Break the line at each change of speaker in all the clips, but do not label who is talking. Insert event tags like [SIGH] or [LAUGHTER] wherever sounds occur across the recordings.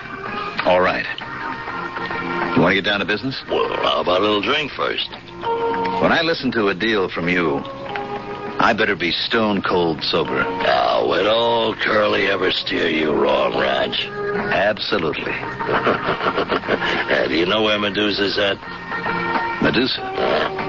all right. You want to get down to business?
Well, how about a little drink first?
When I listen to a deal from you, I better be stone cold sober.
Oh, would old Curly ever steer you wrong, Raj? [LAUGHS]
Absolutely.
uh, do you know where Medusa's at?
Medusa?
Uh.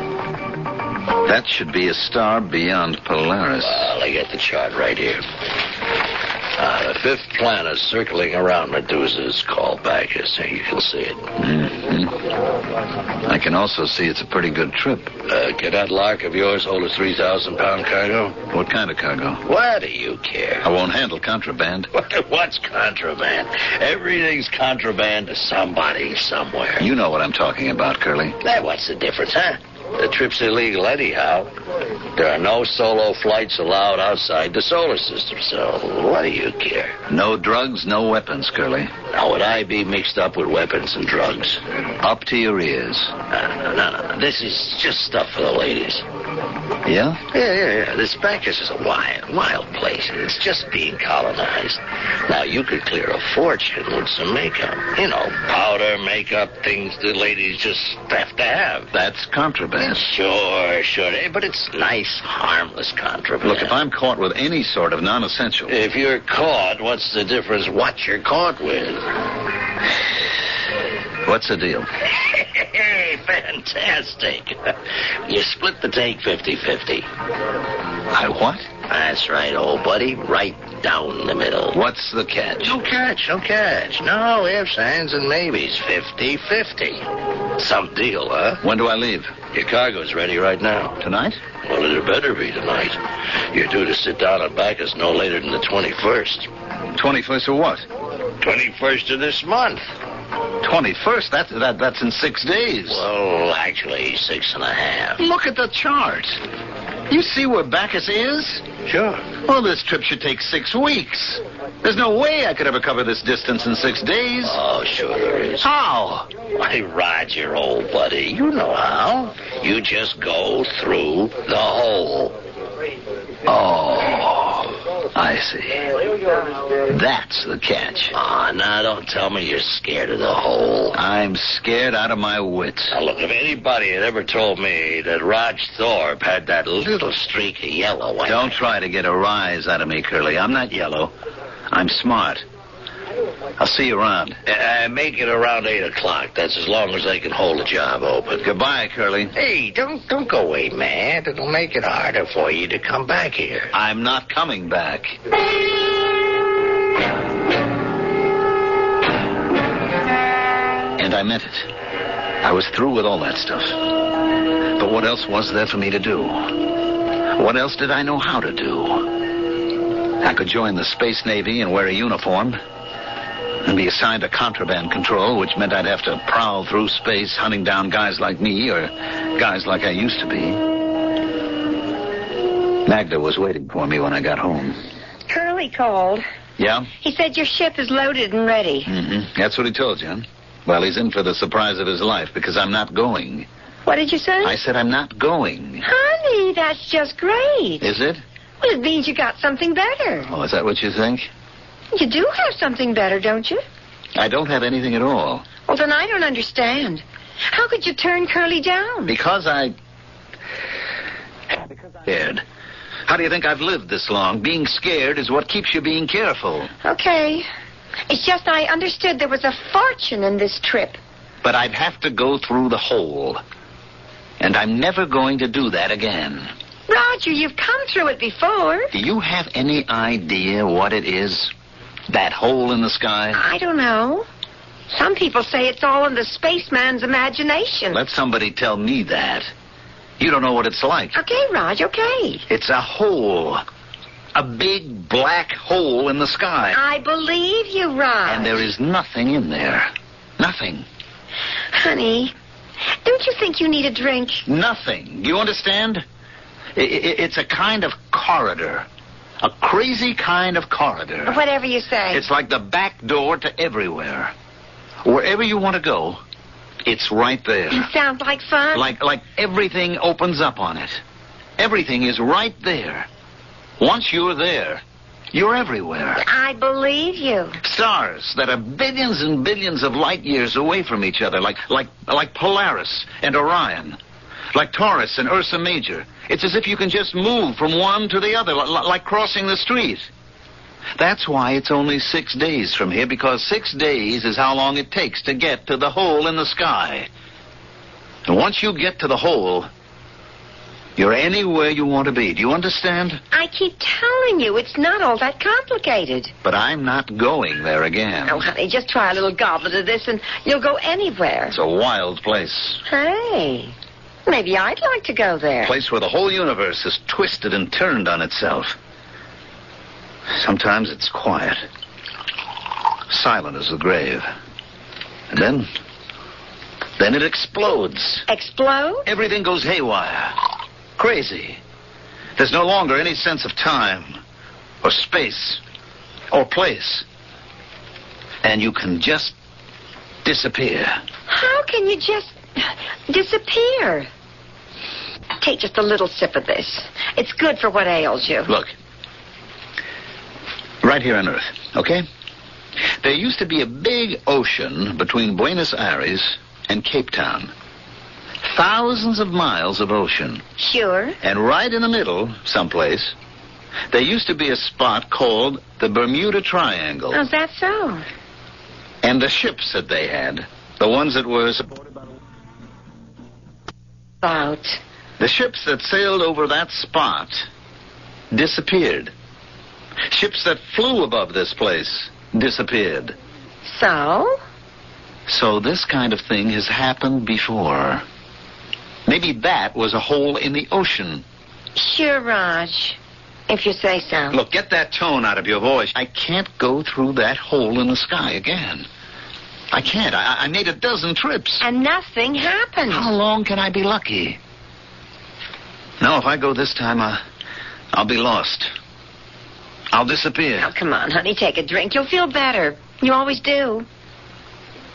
That should be a star beyond Polaris.
Well, I got the chart right here. Uh, the fifth planet circling around Medusa is called Bacchus, and you can see it.
Mm-hmm. I can also see it's a pretty good trip.
Uh, can that lock of yours hold a 3,000 pound cargo?
What kind of cargo?
Why do you care?
I won't handle
[LAUGHS]
contraband.
What's contraband? Everything's contraband to somebody somewhere.
You know what I'm talking about, Curly.
Hey, what's the difference, huh? The trip's illegal anyhow. There are no solo flights allowed outside the solar system, so what do you care?
No drugs, no weapons, Curly.
Now, would I be mixed up with weapons and drugs?
Up to your ears.
No, no, no, no. This is just stuff for the ladies.
Yeah?
Yeah, yeah, yeah. This Bacchus is a wild, wild place. It's just being colonized. Now, you could clear a fortune with some makeup. You know, powder, makeup, things the ladies just have to have.
That's contraband.
Sure, sure. Eh, But it's nice, harmless contraband.
Look, if I'm caught with any sort of non-essential...
If you're caught, what's the difference what you're caught with?
What's the deal?
Hey, fantastic. You split the take 50-50.
I what?
That's right, old buddy. Right down the middle.
What's the catch?
No catch, no catch. No ifs, ands, and maybes. 50-50. Some deal, huh?
When do I leave?
Your cargo's ready right now.
Tonight?
Well, it better be tonight. You're due to sit down and back us no later than the 21st.
21st of what?
21st of this month.
21st? That, that, that's in six days.
Well, actually, six and a half.
Look at the chart. You see where Bacchus is?
Sure.
Well, this trip should take six weeks.
There's no way I could ever cover this distance in six days.
Oh, sure there is.
How?
Why, Roger, old buddy, you know how. You just go through the hole.
Oh, I see. That's the catch.
Ah, now don't tell me you're scared of the hole.
I'm scared out of my wits.
Now, look, if anybody had ever told me that Rog Thorpe had that little streak of yellow... I
Don't try to get a rise out of me, Curly. I'm not yellow. I'm smart. I'll see you around.
Uh, make it around eight o'clock. That's as long as they can hold the job open.
Goodbye, Curly.
Hey, don't don't go away, man. It'll make it harder for you to come back here.
I'm not coming back. And I meant it. I was through with all that stuff. But what else was there for me to do? What else did I know how to do? I could join the Space Navy and wear a uniform and be assigned to contraband control, which meant I'd have to prowl through space hunting down guys like me or guys like I used to be. Magda was waiting for me when I got home.
Curly called.
Yeah?
He said your ship is loaded and ready.
Mm-hmm. That's what he told you. Huh? Well, he's in for the surprise of his life because I'm not going.
What did you say? I
said I'm not going.
Honey, that's just great.
Is it?
Well, it means you got something better.
Oh, is that what you think?
You do have something better, don't you?
I don't have anything at all.
Well, then I don't understand. How could you turn Curly down?
Because I. Because I scared. How do you think I've lived this long? Being scared is what keeps you being careful.
Okay. It's just I understood there was a fortune in this trip.
But I'd have to go through the hole. And I'm never going to do that again.
Roger, you've come through it before.
Do you have any idea what it is? That hole in the sky?
I don't know. Some people say it's all in the spaceman's imagination.
Let somebody tell me that. You don't know what it's like.
Okay, Raj, okay.
It's a hole. A big black hole in the sky.
I believe you, Raj.
And there is nothing in there. Nothing.
Honey, don't you think you need a drink?
Nothing. You understand? It's a kind of corridor. A crazy kind of corridor.
Whatever you say.
It's like the back door to everywhere. Wherever you want to go, it's right there.
You sound like fun.
Like like everything opens up on it. Everything is right there. Once you're there, you're everywhere.
I believe you.
Stars that are billions and billions of light years away from each other, like like like Polaris and Orion like Taurus and Ursa Major. It's as if you can just move from one to the other, li- like crossing the street. That's why it's only six days from here, because six days is how long it takes to get to the hole in the sky. And once you get to the hole, you're anywhere you want to be. Do you understand?
I keep telling you, it's not all that complicated.
But I'm not going there again.
Oh, honey, just try a little goblet of this and you'll go anywhere.
It's a wild place.
Hey. Maybe I'd like to go there.
A place where the whole universe is twisted and turned on itself. Sometimes it's quiet, silent as the grave. And then. Then it explodes.
Explode?
Everything goes haywire. Crazy. There's no longer any sense of time, or space, or place. And you can just disappear.
How can you just disappear. Take just a little sip of this. It's good for what ails you.
Look. Right here on Earth, okay? There used to be a big ocean between Buenos Aires and Cape Town. Thousands of miles of ocean.
Sure.
And right in the middle, someplace, there used to be a spot called the Bermuda Triangle.
Oh, that's so?
And the ships that they had, the ones that were supported by
about?
The ships that sailed over that spot disappeared. Ships that flew above this place disappeared.
So?
So this kind of thing has happened before. Maybe that was a hole in the ocean.
Sure, Raj. If you say so.
Look, get that tone out of your voice. I can't go through that hole in the sky again. I can't. I, I, made a dozen trips.
And nothing happened.
How long can I be lucky? No, if I go this time, uh, I'll be lost.
I'll disappear.
Now, come on, honey, take a drink. You'll feel better. You always do.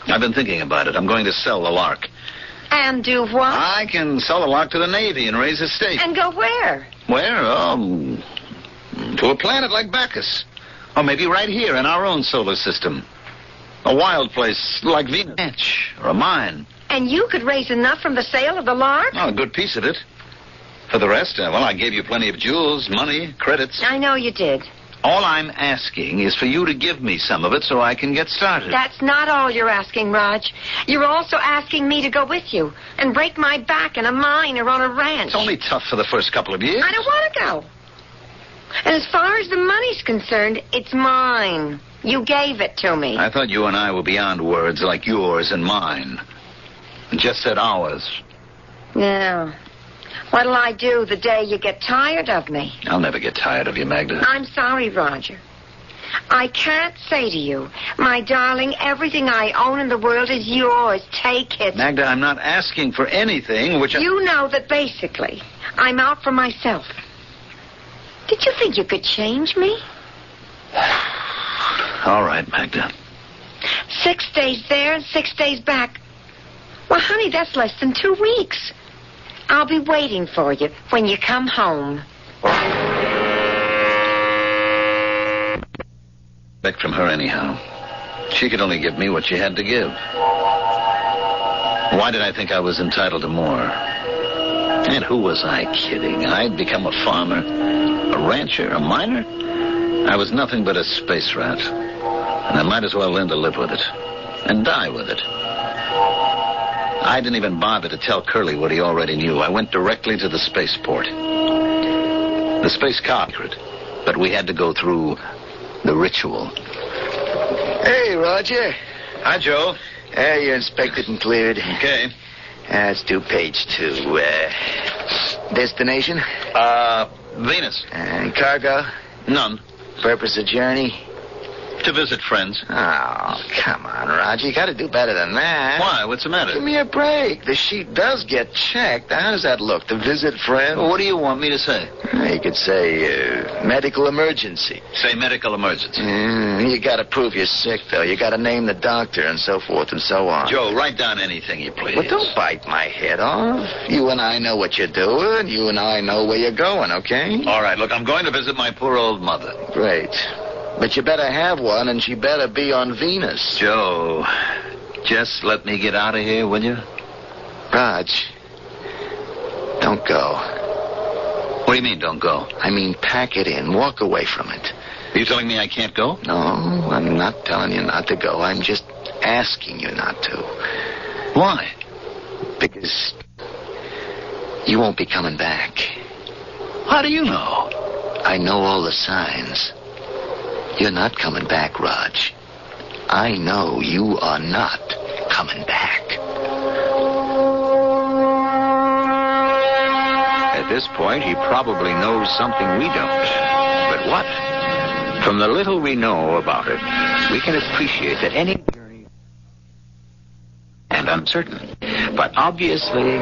I've been thinking about it. I'm going to sell the lark.
And do what?
I can sell the lark to the Navy and raise a stake.
And go where?
Where? Um, to a planet like Bacchus. Or maybe right here in our own solar system. A wild place like Venus or a mine.
And you could raise enough from the sale of the lark?
Oh, a good piece of it. For the rest, uh, well, I gave you plenty of jewels, money, credits.
I know you did.
All I'm asking is for you to give me some of it so I can get started.
That's not all you're asking, Raj. You're also asking me to go with you and break my back in a mine or on a ranch.
It's only tough for the first couple of years.
I don't want to go. And as far as the money's concerned, it's mine. You gave it to me.
I thought you and I were beyond words like yours and mine. You just said ours.
Now, what'll I do the day you get tired of me?
I'll never get tired of you, Magda.
I'm sorry, Roger. I can't say to you, my darling, everything I own in the world is yours. Take it.
Magda, I'm not asking for anything which I...
You know that basically, I'm out for myself. Did you think you could change me?
All right, Magda.
Six days there and six days back. Well, honey, that's less than two weeks. I'll be waiting for you when you come home.
Back from her, anyhow. She could only give me what she had to give. Why did I think I was entitled to more? And who was I kidding? I'd become a farmer, a rancher, a miner. I was nothing but a space rat. And I might as well learn to live with it. And die with it. I didn't even bother to tell Curly what he already knew. I went directly to the spaceport. The space car, but we had to go through the ritual.
Hey, Roger.
Hi, Joe.
Hey, you're inspected and cleared.
Okay.
That's due page two. Uh, destination?
Uh, Venus.
And cargo?
None.
Purpose of journey?
to visit friends.
Oh, come on, Roger. You got to do better than that.
Why? What's the matter?
Give me a break. The sheet does get checked. How does that look? To visit friends?
Well, what do you want me to say?
You could say uh, medical emergency.
Say medical emergency.
Mm, you got to prove you're sick, though. You got to name the doctor and so forth and so on.
Joe, write down anything you please.
Well, don't bite my head off. You and I know what you're doing. You and I know where you're going, okay?
All right, look, I'm going to visit my poor old mother.
Great. But you better have one, and she better be on Venus.
Joe, just let me get out of here, will you?
Raj, don't
go. What do you mean, don't go?
I mean, pack it in. Walk away from it.
Are you telling me I can't go?
No, I'm not telling you not to go. I'm just asking you not to.
Why?
Because you won't be coming back.
How do you know?
I know all the signs. You're not coming back, Raj. I know you are not coming back.
At this point, he probably knows something we don't. But what? From the little we know about it, we can appreciate that any journey and uncertain. But obviously,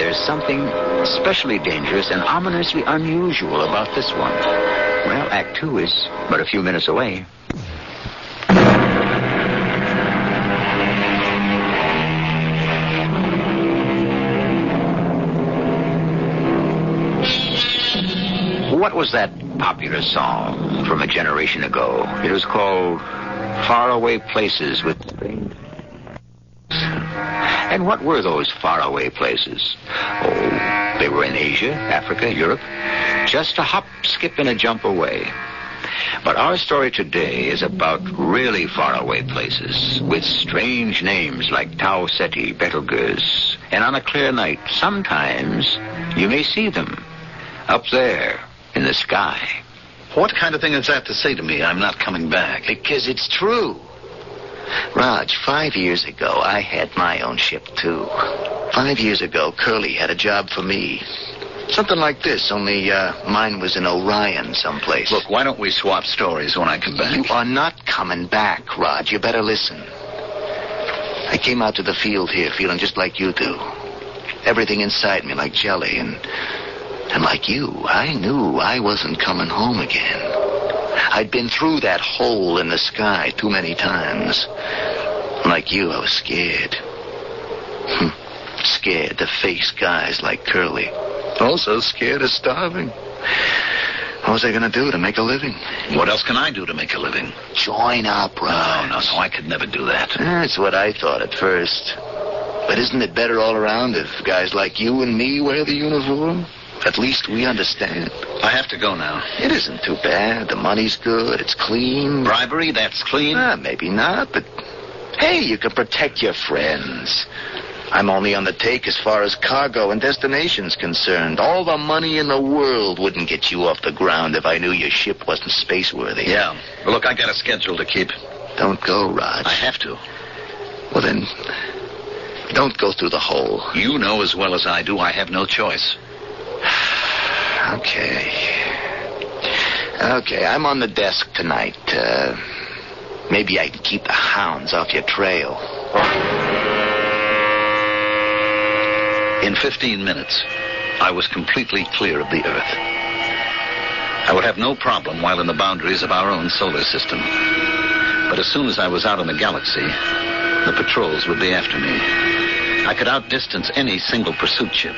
there's something especially dangerous and ominously unusual about this one. Well, Act Two is but a few minutes away.
What was that popular song from a generation ago? It was called Faraway Places with Strange. And what were those faraway places? Oh, they were in Asia, Africa, Europe just a hop, skip, and a jump away. But our story today is about really faraway places with strange names like Tau Ceti, Betelgeuse, and on a clear night, sometimes you may see them up there in the sky.
What kind of thing is that to say to me? I'm not coming back.
Because it's true. Raj, five years ago, I had my own ship, too. Five years ago, Curly had a job for me. Something like this, only uh, mine was in Orion someplace.
Look, why don't we swap stories when I come back?
You are not coming back, Rod. You better listen. I came out to the field here feeling just like you do. Everything inside me like jelly, and and like you, I knew I wasn't coming home again.
I'd been through that hole in the sky too many times. Like you, I was scared. Hmm. scared to face guys like Curly. Also scared of starving. What was I going to do to make a living?
What else can I do to make a living?
Join up,
No, no, no. I could never do that.
That's what I thought at first. But isn't it better all around if guys like you and me wear the uniform? At least we understand.
I have to go now.
It isn't too bad. The money's good. It's clean.
Bribery, that's clean.
Ah, maybe not, but hey, you can protect your friends. I'm only on the take as far as cargo and destination's concerned. All the money in the world wouldn't get you off the ground if I knew your ship wasn't spaceworthy.
Yeah. Well, look, I got a schedule to keep.
Don't go, Raj.
I have to.
Well, then, don't go through the hole.
You know as well as I do, I have no choice.
[SIGHS] Okay. Okay, I'm on the desk tonight. Uh, maybe I can keep the hounds off your trail.
In 15 minutes, I was completely clear of the Earth. I would have no problem while in the boundaries of our own solar system. But as soon as I was out in the galaxy, the patrols would be after me. I could outdistance any single pursuit ship.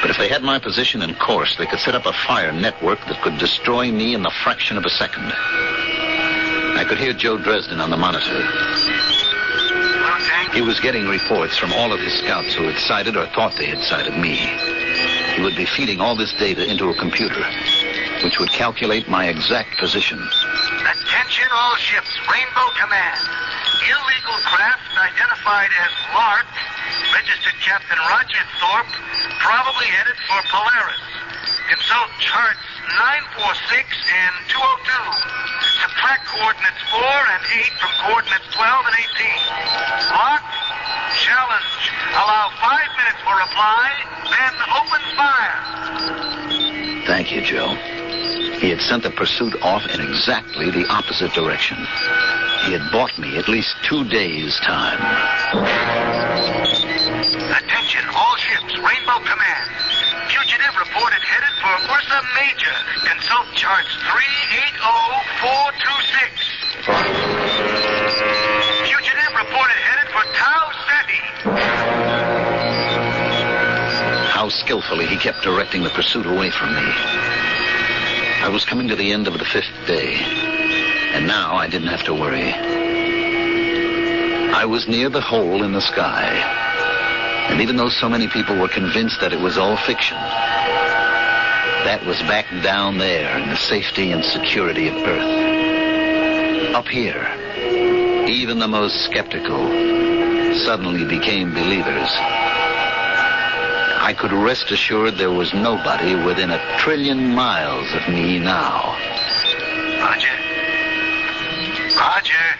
But if they had my position and course, they could set up a fire network that could destroy me in the fraction of a second. I could hear Joe Dresden on the monitor. He was getting reports from all of his scouts who had sighted or thought they had sighted me. He would be feeding all this data into a computer, which would calculate my exact position.
Attention all ships, Rainbow Command. Illegal craft identified as Lark, registered Captain Roger Thorpe, probably headed for Polaris. Consult charts 946 and 202. Subtract coordinates 4 and 8 from coordinates 12 and 18. Lock, challenge. Allow 5 minutes for reply, then open fire.
Thank you, Joe. He had sent the pursuit off in exactly the opposite direction. He had bought me at least two days' time.
Attention, all ships, Rainbow Command. Fugitive reported headed for Ursa Major. Consult charts 380426. Fugitive reported headed for Tau Ceti.
How skillfully he kept directing the pursuit away from me. I was coming to the end of the fifth day, and now I didn't have to worry. I was near the hole in the sky, and even though so many people were convinced that it was all fiction, that was back down there in the safety and security of Earth. Up here, even the most skeptical suddenly became believers. I could rest assured there was nobody within a trillion miles of me now.
Roger. Roger.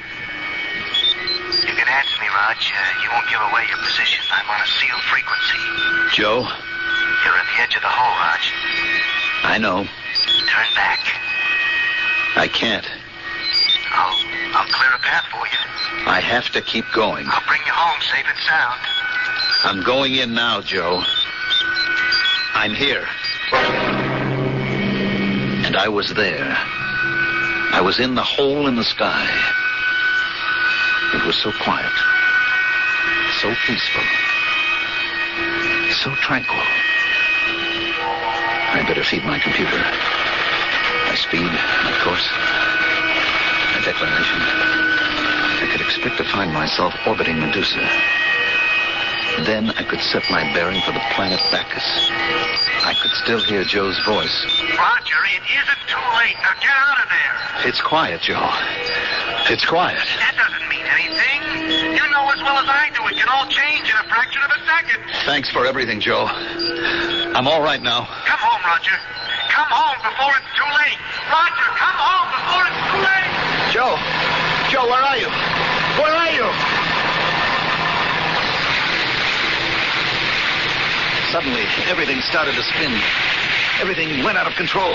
You can answer me, Roger. You won't give away your position. I'm on a sealed frequency.
Joe,
You're at the edge of the hole, Raj.
I know.
Turn back.
I can't.
I'll I'll clear a path for you.
I have to keep going.
I'll bring you home safe and sound.
I'm going in now, Joe. I'm here. And I was there. I was in the hole in the sky. It was so quiet, so peaceful, so tranquil. I better feed my computer. My speed, my course, my declination. I could expect to find myself orbiting Medusa. Then I could set my bearing for the planet Bacchus. I could still hear Joe's voice.
Roger, it isn't too late. Now get out of there.
It's quiet, Joe. It's quiet.
That doesn't mean anything. You know as well as I do it can all change in a fraction of a second.
Thanks for everything, Joe. I'm all right now.
Come home, Roger. Come home before it's too late. Roger, come home before it's too late.
Joe! Joe, where are you? Where are you? Suddenly, everything started to spin. Everything went out of control.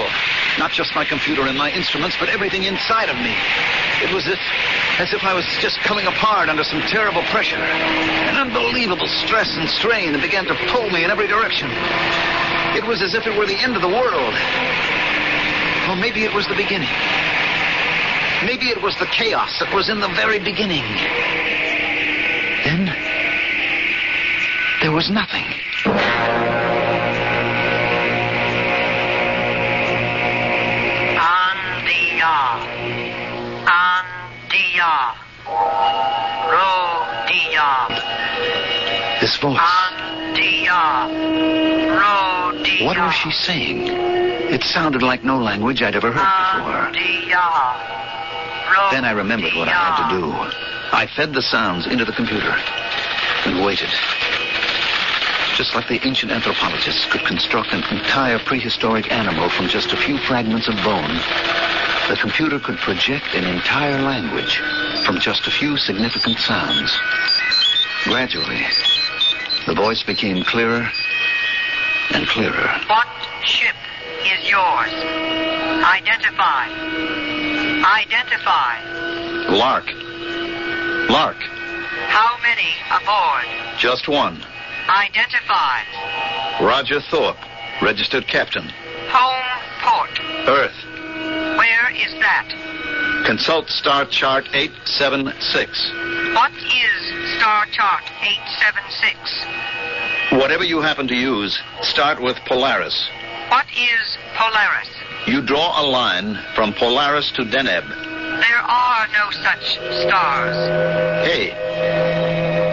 Not just my computer and my instruments, but everything inside of me. It was as, as if I was just coming apart under some terrible pressure. An unbelievable stress and strain that began to pull me in every direction. It was as if it were the end of the world. Or maybe it was the beginning. Maybe it was the chaos that was in the very beginning. Then there was nothing.
On the yard. On the yard. Row the yard.
This voice.
On the yard. Row the
What was she saying? It sounded like no language I'd ever
Uh,
heard before.
the yard.
Then I remembered what I had to do. I fed the sounds into the computer and waited. Just like the ancient anthropologists could construct an entire prehistoric animal from just a few fragments of bone, the computer could project an entire language from just a few significant sounds. Gradually, the voice became clearer and clearer.
What ship is yours? Identify. Identify.
Lark. Lark.
How many aboard?
Just one.
Identify.
Roger Thorpe, registered captain.
Home port.
Earth.
Where is that?
Consult star chart 876.
What is Star Chart 876?
Whatever you happen to use, start with Polaris.
What is Polaris?
You draw a line from Polaris to Deneb.
There are no such stars.
Hey,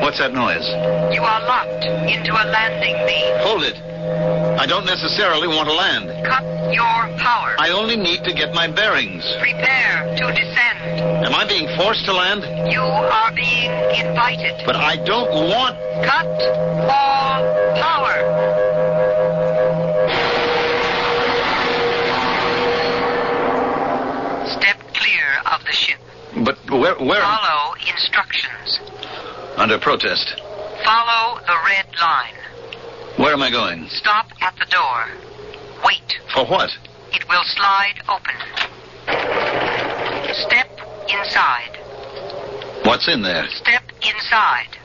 what's that noise?
You are locked into a landing beam.
Hold it. I don't necessarily want to land.
Cut your power.
I only need to get my bearings.
Prepare to descend.
Am I being forced to land?
You are being invited.
But I don't want.
Cut all power. Step clear of the ship.
But where? Where?
Follow instructions.
Under protest.
Follow the red line.
Where am I going?
Stop at the door. Wait.
For what?
It will slide open. Step inside.
What's in there?
Step inside.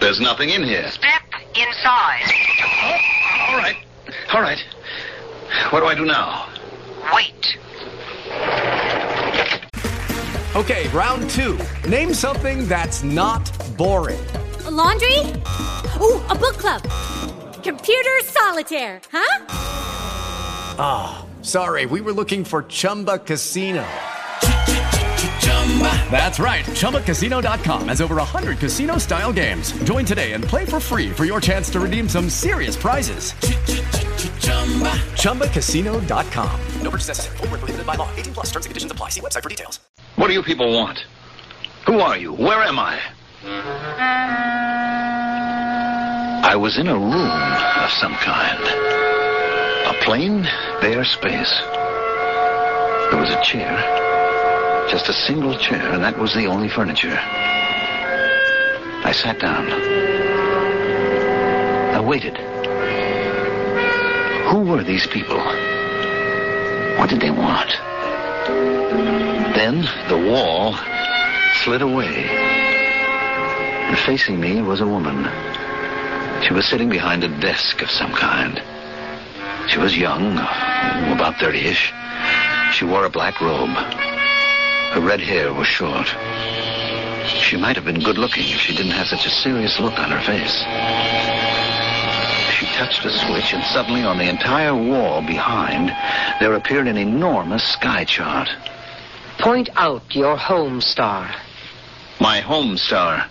There's nothing in here.
Step inside.
All right. All right. What do I do now?
Wait.
Okay, round two. Name something that's not boring.
A laundry? Ooh, a book club. Computer solitaire, huh?
Ah, sorry, we were looking for Chumba Casino. That's right, ChumbaCasino.com has over 100 casino style games. Join today and play for free for your chance to redeem some serious prizes. ChumbaCasino.com. No purchase necessary. Void where prohibited by law. 18 plus terms and conditions apply. See website for details.
What do you people want? Who are you? Where am I? I was in a room of some kind. A plain, bare space. There was a chair. Just a single chair, and that was the only furniture. I sat down. I waited. Who were these people? What did they want? Then the wall slid away. And facing me was a woman. She was sitting behind a desk of some kind. She was young, about 30 ish. She wore a black robe. Her red hair was short. She might have been good looking if she didn't have such a serious look on her face. She touched a switch, and suddenly on the entire wall behind, there appeared an enormous sky chart.
Point out your home star.
My home star.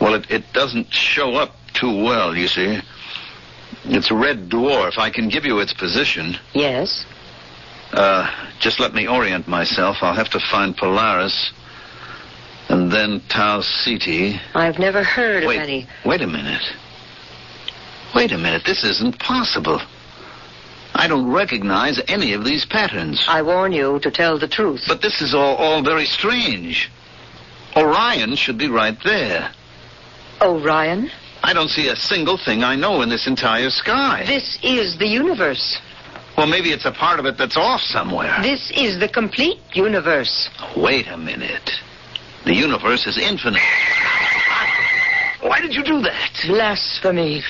Well, it, it doesn't show up too well, you see. It's a red dwarf. I can give you its position.
Yes.
Uh, just let me orient myself. I'll have to find Polaris and then Tau Ceti.
I've never heard
Wait,
of any.
wait a minute. Wait a minute. This isn't possible. I don't recognize any of these patterns.
I warn you to tell the truth.
But this is all, all very strange. Orion should be right there.
Oh,
Orion?
I don't see a single thing I know in this entire sky.
This is the universe.
Well, maybe it's a part of it that's off somewhere.
This is the complete universe.
Wait a minute. The universe is infinite. Why did you do that?
Blasphemy.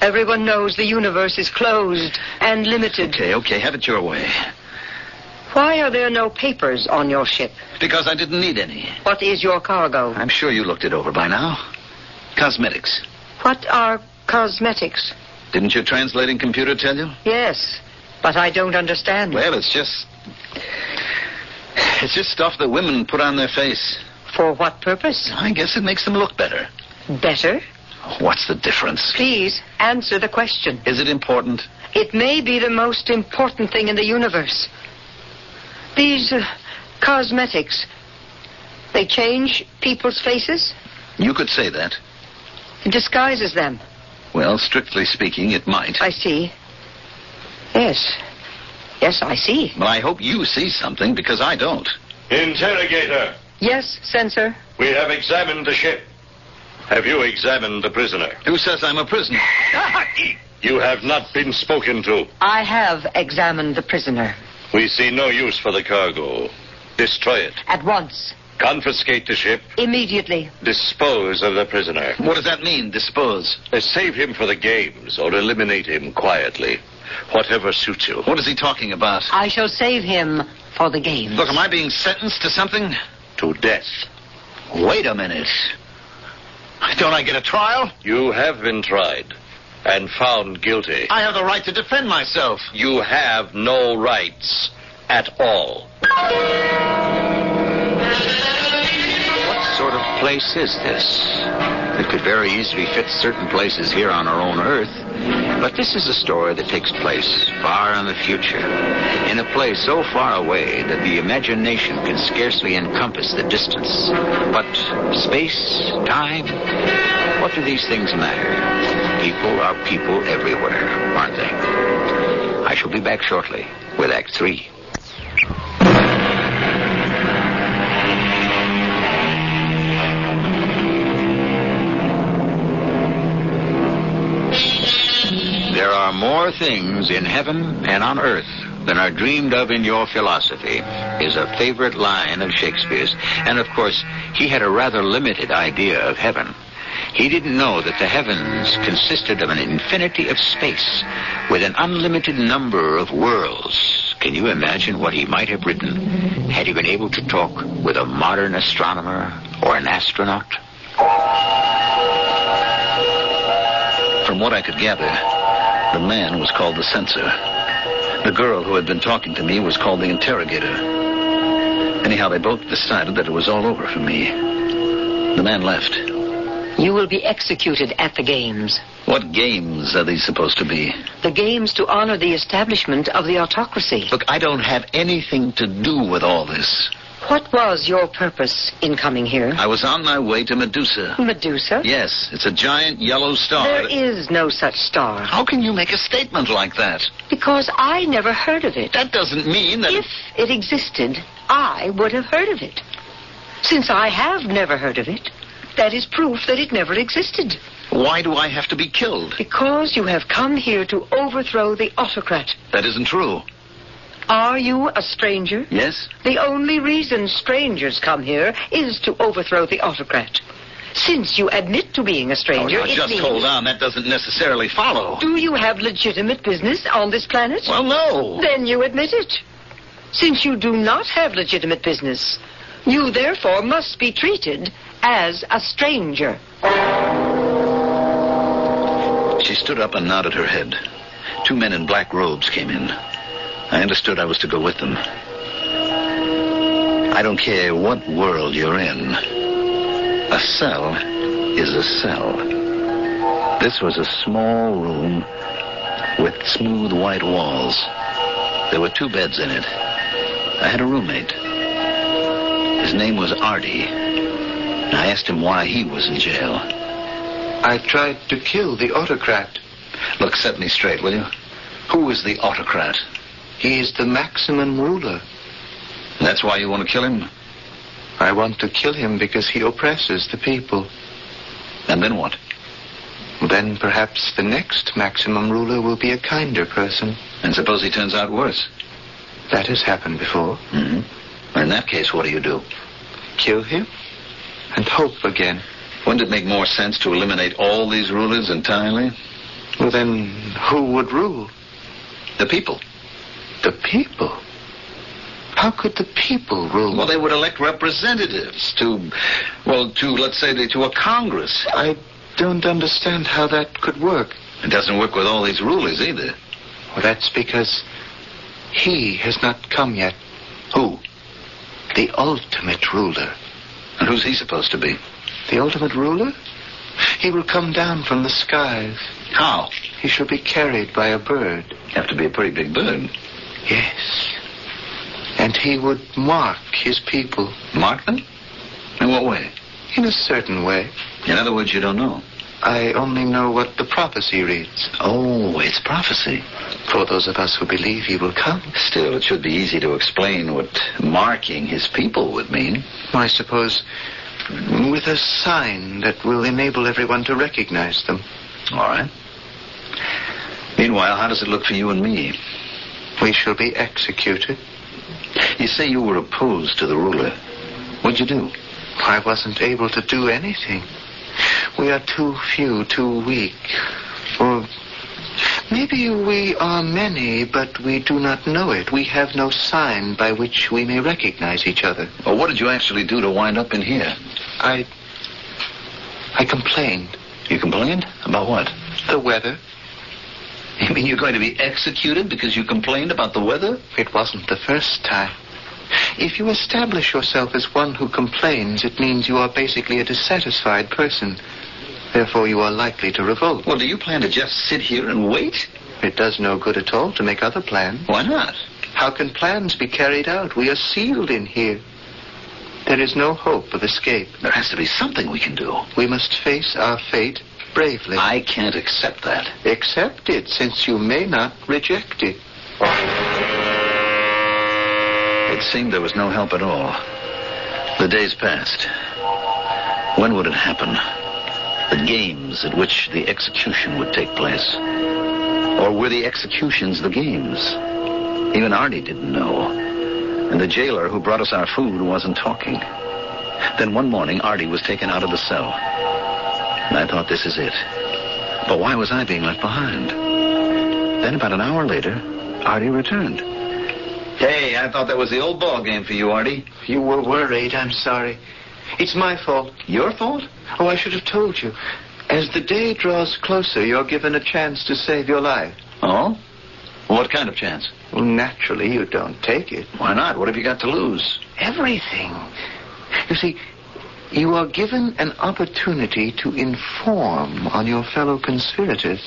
Everyone knows the universe is closed and limited.
Okay, okay, have it your way.
Why are there no papers on your ship?
Because I didn't need any.
What is your cargo?
I'm sure you looked it over by now. Cosmetics.
What are cosmetics?
Didn't your translating computer tell you?
Yes, but I don't understand.
Well, it's just. It's just stuff that women put on their face.
For what purpose?
I guess it makes them look better.
Better?
What's the difference?
Please answer the question.
Is it important?
It may be the most important thing in the universe. These uh, cosmetics, they change people's faces?
You could say that.
It disguises them.
Well, strictly speaking, it might.
I see. Yes. Yes, I see.
But I hope you see something because I don't.
Interrogator,
Yes, censor.
we have examined the ship. Have you examined the prisoner?
Who says I'm a prisoner?
[LAUGHS] You have not been spoken to.
I have examined the prisoner.
We see no use for the cargo. Destroy it.
At once.
Confiscate the ship.
Immediately.
Dispose of the prisoner.
What does that mean, dispose?
Uh, save him for the games or eliminate him quietly. Whatever suits you.
What is he talking about?
I shall save him for the game.
Look, am I being sentenced to something?
To death.
Wait a minute. Don't I get a trial?
You have been tried and found guilty.
I have the right to defend myself.
You have no rights at all.
What
sort of place is this? It could very easily fit certain places here on our own Earth, but this is a story that takes place far in the future, in a place so far away that the imagination can scarcely encompass the distance. But space, time, what do these things matter? People are people everywhere, aren't they? I shall be back shortly with Act Three. There are more things in heaven and on earth than are dreamed of in your philosophy is a favorite line of Shakespeare's. And of course, he had a rather limited idea of heaven. He didn't know that the heavens consisted of an infinity of space with an unlimited number of worlds. Can you imagine what he might have written had he been able to talk with a modern astronomer or an astronaut? From what I could gather, the man was called the censor. The girl who had been talking to me was called the interrogator. Anyhow, they both decided that it was all over for me. The man left.
You will be executed at the games.
What games are these supposed to be?
The games to honor the establishment of the autocracy.
Look, I don't have anything to do with all this.
What was your purpose in coming here?
I was on my way to Medusa.
Medusa?
Yes, it's a giant yellow star.
There
that-
is no such star.
How can you make a statement like that?
Because I never heard of it.
That doesn't mean that.
If it existed, I would have heard of it. Since I have never heard of it, that is proof that it never existed.
Why do I have to be killed?
Because you have come here to overthrow the autocrat.
That isn't true.
Are you a stranger?
Yes?
The only reason strangers come here is to overthrow the autocrat. Since you admit to being a
Oh,
stranger,
now,
it
just
means...
hold on. That doesn't necessarily follow.
Do you have legitimate business on this planet?
Well, no.
Then you admit it. Since you do not have legitimate business, you therefore must be treated as a stranger.
She stood up and nodded her head. Two men in black robes came in. I understood I was to go with them. I don't care what world you're in. A cell is a cell. This was a small room with smooth white walls. There were two beds in it. I had a roommate. His name was Artie. And I asked him why he was in jail. I tried to kill the autocrat. Look, set me straight, will you? Who is the autocrat?
He is the maximum ruler.
That's why you want to kill him?
I want to kill him because he oppresses the people.
And then what?
Then perhaps the next maximum ruler will be a kinder person.
And suppose he turns out worse?
That has happened before.
hmm In that case, what do you do?
Kill him and hope again.
Wouldn't it make more sense to eliminate all these rulers entirely?
Well, then who would rule?
The people.
The people.
How could the people rule?
Well, they would elect representatives to, well, to, let's say, to a Congress.
I don't understand how that could work.
It doesn't work with all these rulers either.
Well, that's because he has not come yet. Who? The ultimate ruler.
And who's he supposed to be?
The ultimate ruler? He will come down from the skies.
How?
He shall be carried by a bird.
Have to be a pretty big bird.
Yes. And he would mark his people.
Mark them? In what way?
In a certain way.
In other words, you don't know.
I only know what the prophecy reads.
Oh, it's prophecy.
For those of us who believe he will come.
Still, it should be easy to explain what marking his people would mean.
I suppose with a sign that will enable everyone to recognize them.
All right. Meanwhile, how does it look for you and me?
We shall be executed.
You say you were opposed to the ruler. What'd you do?
I wasn't able to do anything. We are too few, too weak. Or maybe we are many, but we do not know it. We have no sign by which we may recognize each other.
Well, what did you actually do to wind up in here?
I. I complained.
You complained? About what?
The weather.
[LAUGHS] You mean you're going to be executed because you complained about the weather?
It wasn't the first time. If you establish yourself as one who complains, it means you are basically a dissatisfied person. Therefore, you are likely to revolt.
Well, do you plan to just sit here and wait?
It does no good at all to make other plans.
Why not?
How can plans be carried out? We are sealed in here. There is no hope of escape.
There has to be something we can do.
We must face our fate bravely.
I can't accept that.
Accept it, since you may not reject it.
It seemed there was no help at all. The days passed. When would it happen? The games at which the execution would take place. Or were the executions the games? Even Artie didn't know. And the jailer who brought us our food wasn't talking. Then one morning, Artie was taken out of the cell. And I thought, this is it. But why was I being left behind? Then about an hour later, Artie returned. Hey, I thought that was the old ball game for you, Artie.
You were worried. I'm sorry. It's my fault.
Your fault?
Oh, I should have told you. As the day draws closer, you're given a chance to save your life.
Oh? What kind of chance?
Well, naturally, you don't take it.
Why not? What have you got to lose?
Everything. You see, you are given an opportunity to inform on your fellow conspirators.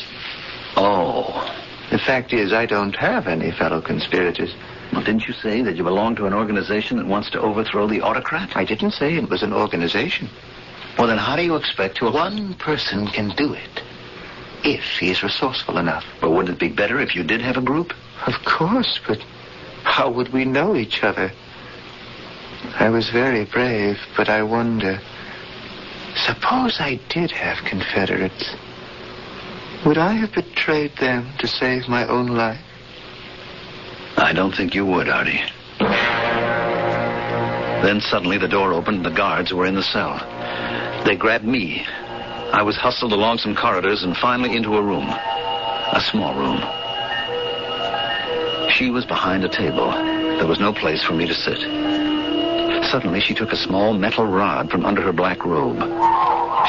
Oh.
The fact is, I don't have any fellow conspirators.
Well, didn't you say that you belong to an organization that wants to overthrow the autocrat?
I didn't say it was an organization.
Well, then how do you expect to...
One person can do it, if he is resourceful enough.
But wouldn't it be better if you did have a group?
Of course, but how would we know each other? I was very brave, but I wonder... Suppose I did have Confederates. Would I have betrayed them to save my own life?
I don't think you would, Artie. Then suddenly the door opened and the guards were in the cell. They grabbed me. I was hustled along some corridors and finally into a room. A small room. She was behind a table. There was no place for me to sit. Suddenly she took a small metal rod from under her black robe.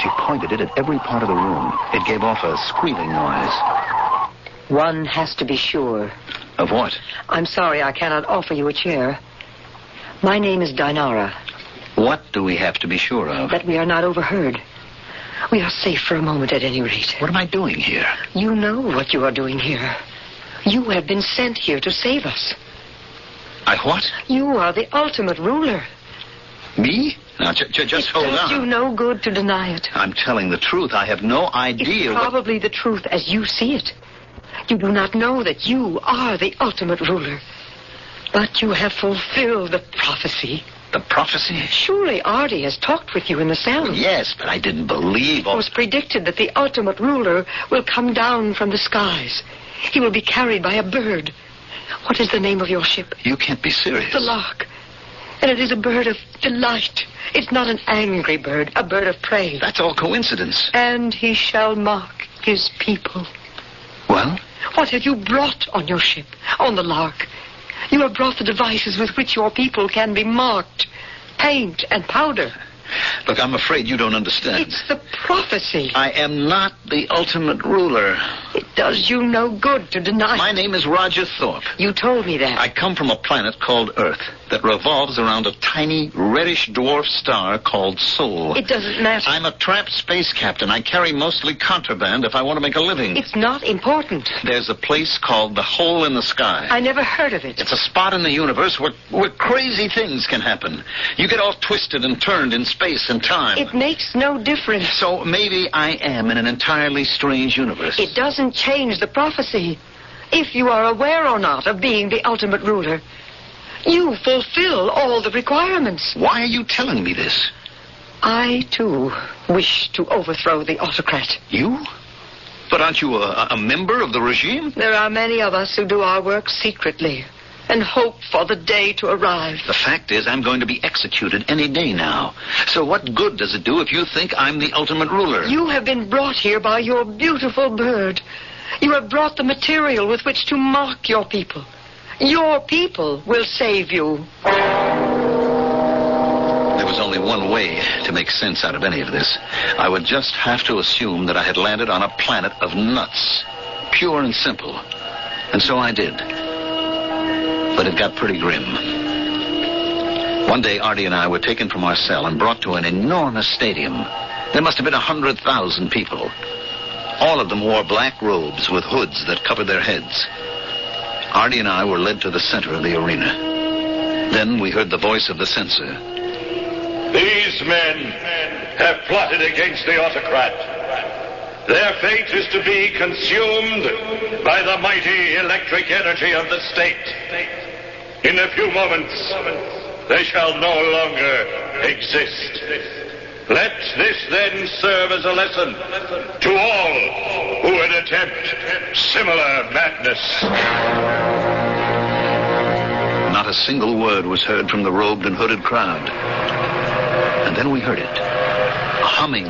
She pointed it at every part of the room. It gave off a squealing noise.
One has to be sure.
Of what?
I'm sorry, I cannot offer you a chair. My name is Dinara.
What do we have to be sure of?
That we are not overheard. We are safe for a moment at any rate.
What am I doing here?
You know what you are doing here. You have been sent here to save us.
I what?
You are the ultimate ruler.
Me? Now, j- j- just
it
hold on.
does you no good to deny it.
I'm telling the truth. I have no idea.
It's probably what... the truth as you see it. You do not know that you are the ultimate ruler. But you have fulfilled the prophecy.
The prophecy?
Surely Artie has talked with you in the cell. Well,
yes, but I didn't believe.
All... It was predicted that the ultimate ruler will come down from the skies. He will be carried by a bird. What is the name of your ship?
You can't be serious.
The lark. And it is a bird of delight. It's not an angry bird, a bird of prey.
That's all coincidence.
And he shall mark his people.
Well?
What have you brought on your ship, on the Lark? You have brought the devices with which your people can be marked paint and powder.
Look, I'm afraid you don't understand.
It's the prophecy.
I am not the ultimate ruler.
It does you no good to deny.
My name is Roger Thorpe.
You told me that.
I come from a planet called Earth that revolves around a tiny reddish dwarf star called Sol.
It doesn't matter.
I'm a trapped space captain. I carry mostly contraband if I want to make a living.
It's not important.
There's a place called the Hole in the Sky.
I never heard of it.
It's a spot in the universe where, where crazy things can happen. You get all twisted and turned in space and time.
It makes no difference.
So maybe I am in an entirely strange universe.
It doesn't change the prophecy. If you are aware or not of being the ultimate ruler, you fulfill all the requirements.
Why are you telling me this?
I, too, wish to overthrow the autocrat.
You? But aren't you a, a member of the regime?
There are many of us who do our work secretly and hope for the day to arrive.
The fact is, I'm going to be executed any day now. So what good does it do if you think I'm the ultimate ruler?
You have been brought here by your beautiful bird. You have brought the material with which to mark your people. Your people will save you.
There was only one way to make sense out of any of this. I would just have to assume that I had landed on a planet of nuts. Pure and simple. And so I did but it got pretty grim. One day, Artie and I were taken from our cell and brought to an enormous stadium. There must have been a hundred thousand people. All of them wore black robes with hoods that covered their heads. Artie and I were led to the center of the arena. Then we heard the voice of the censor.
These men have plotted against the autocrat. Their fate is to be consumed by the mighty electric energy of the state. In a few moments, they shall no longer exist. Let this then serve as a lesson to all who would attempt similar madness.
Not a single word was heard from the robed and hooded crowd. And then we heard it a humming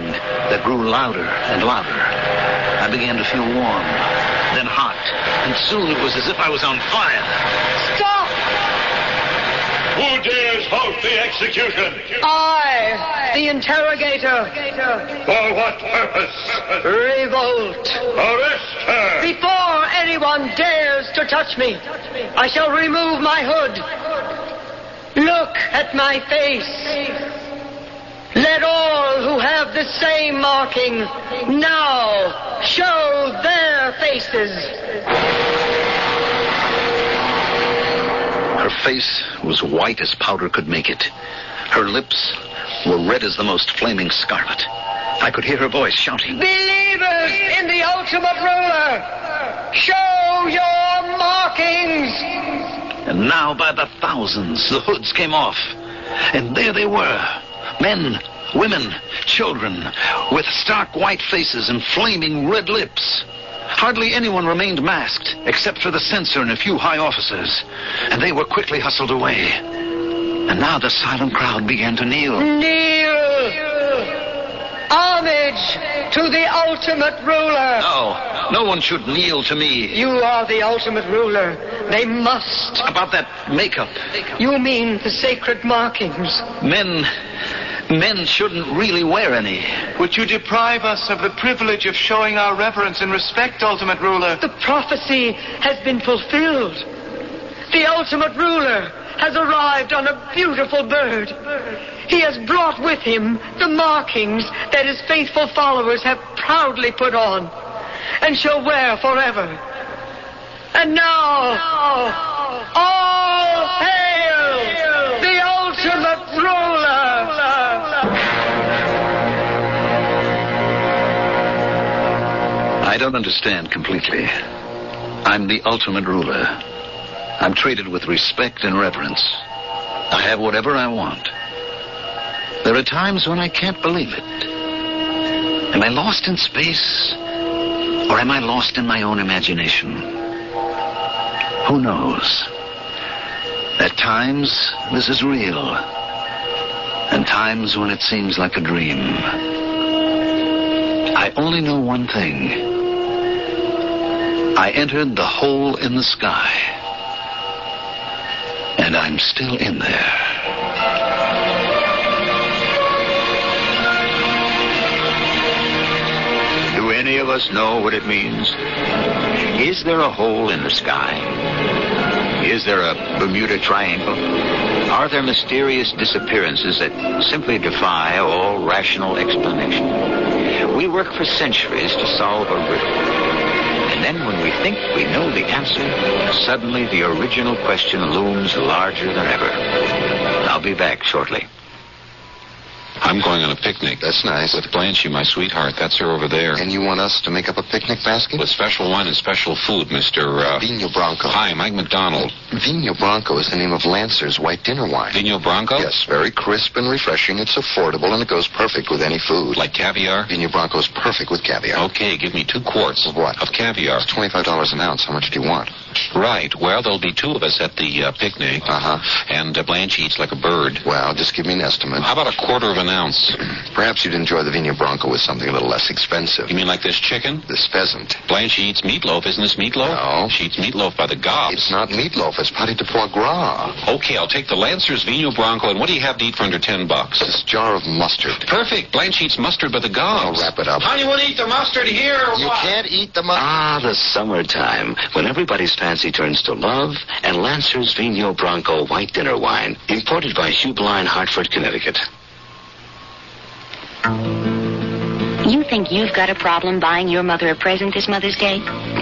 that grew louder and louder. I began to feel warm, then hot, and soon it was as if I was on fire.
Stop!
Who dares halt the execution?
I, the interrogator.
For what purpose?
Revolt.
Arrest her!
Before anyone dares to touch me, I shall remove my hood. Look at my face. Let all who have the same marking now show their faces.
Her face was white as powder could make it. Her lips were red as the most flaming scarlet. I could hear her voice shouting.
Believers in the ultimate ruler, show your markings.
And now, by the thousands, the hoods came off. And there they were men, women, children, with stark white faces and flaming red lips. Hardly anyone remained masked, except for the censor and a few high officers. And they were quickly hustled away. And now the silent crowd began to
Mm.
kneel.
Kneel. Homage to the ultimate ruler.
No, Oh, no one should kneel to me.
You are the ultimate ruler. They must.
About that makeup.
You mean the sacred markings.
Men. Men shouldn't really wear any.
Would you deprive us of the privilege of showing our reverence and respect, Ultimate Ruler?
The prophecy has been fulfilled. The ultimate ruler has arrived on a beautiful bird. He has brought with him the markings that his faithful followers have proudly put on and shall wear forever. And now, all hail the ultimate ruler.
I don't understand completely. I'm the ultimate ruler. I'm treated with respect and reverence. I have whatever I want. There are times when I can't believe it. Am I lost in space? Or am I lost in my own imagination? Who knows? At times, this is real. And times when it seems like a dream. I only know one thing. I entered the hole in the sky.
and I'm still in there.
Do any of us know what it means? Is there a hole in the sky? Is there a Bermuda Triangle? Are there mysterious disappearances that simply defy all rational explanation? We work for centuries to solve a riddle. And then when we think we know the answer, suddenly the original question looms larger than ever. I'll be back shortly.
I'm going on a picnic. That's nice. With Blanche, my sweetheart. That's her over there. And you want us to make up a picnic basket? With special wine and special food, Mr. Uh... Vino Bronco. Hi, Mike McDonald.
Vino Bronco is the name of Lancer's white dinner wine.
Vino Bronco?
Yes, very crisp and refreshing. It's affordable and it goes perfect with any food.
Like caviar?
Vino Bronco is perfect with caviar.
Okay, give me two quarts.
Of what?
Of caviar.
It's $25 an ounce. How much do you want?
Right. Well, there'll be two of us at the uh, picnic.
Uh huh.
And uh, Blanche eats like a bird.
Well, just give me an estimate.
How about a quarter of an ounce?
[CLEARS THROAT] Perhaps you'd enjoy the Vino Bronco with something a little less expensive.
You mean like this chicken?
This pheasant.
Blanche eats meatloaf. Isn't this meatloaf?
No.
She eats meatloaf by the gobs.
It's not meatloaf. It's patty de foie gras.
Okay, I'll take the Lancer's Vino Bronco. And what do you have to eat for under ten bucks?
This jar of mustard.
Perfect. Blanche eats mustard by the gobs.
I'll wrap it up.
How do you want to eat the mustard here?
you can't eat the mustard.
Ah, the summertime, when everybody's fancy turns to love and Lancer's Vino Bronco White Dinner Wine, imported by Hugh Blind, Hartford, Connecticut.
You think you've got a problem buying your mother a present this Mother's Day?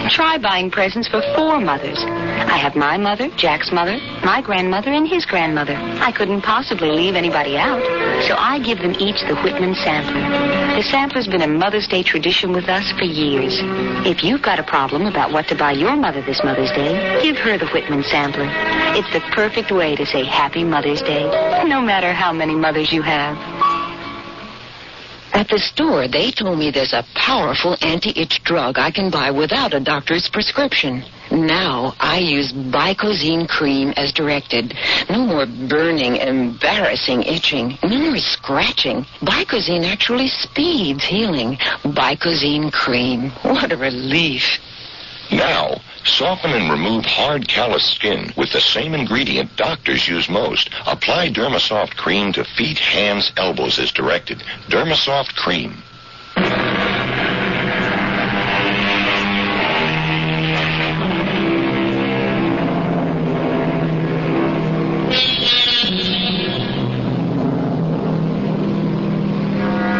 Try buying presents for four mothers. I have my mother, Jack's mother, my grandmother, and his grandmother. I couldn't possibly leave anybody out, so I give them each the Whitman sampler. The sampler's been a Mother's Day tradition with us for years. If you've got a problem about what to buy your mother this Mother's Day, give her the Whitman sampler. It's the perfect way to say Happy Mother's Day, no matter how many mothers you have.
At the store, they told me there's a powerful anti-itch drug I can buy without a doctor's prescription. Now I use Bicozine cream as directed. No more burning, embarrassing itching. No more scratching. Bicozine actually speeds healing. Bicozine cream. What a relief.
Now, soften and remove hard, calloused skin with the same ingredient doctors use most. Apply Dermasoft cream to feet, hands, elbows as directed. Dermasoft cream.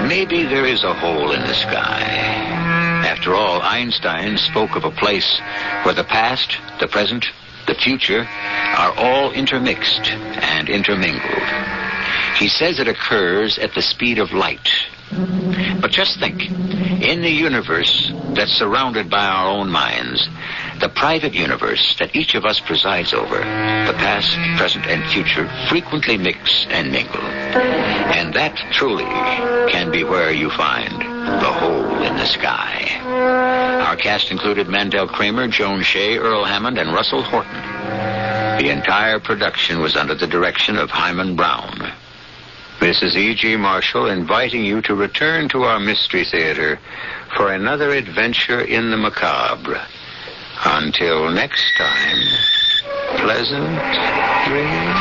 Maybe there is a hole in the sky. After all, Einstein spoke of a place where the past, the present, the future are all intermixed and intermingled. He says it occurs at the speed of light. But just think, in the universe that's surrounded by our own minds, the private universe that each of us presides over, the past, present, and future frequently mix and mingle. And that truly can be where you find the hole in the sky. Our cast included Mandel Kramer, Joan Shea, Earl Hammond, and Russell Horton. The entire production was under the direction of Hyman Brown. Mrs. E.G. E Marshall inviting you to return to our Mystery Theater for another adventure in the macabre. Until next time, pleasant dreams.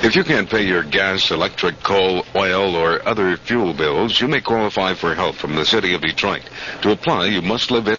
If you can't pay your gas, electric, coal, oil, or other fuel bills, you may qualify for help from the city of Detroit. To apply, you must live in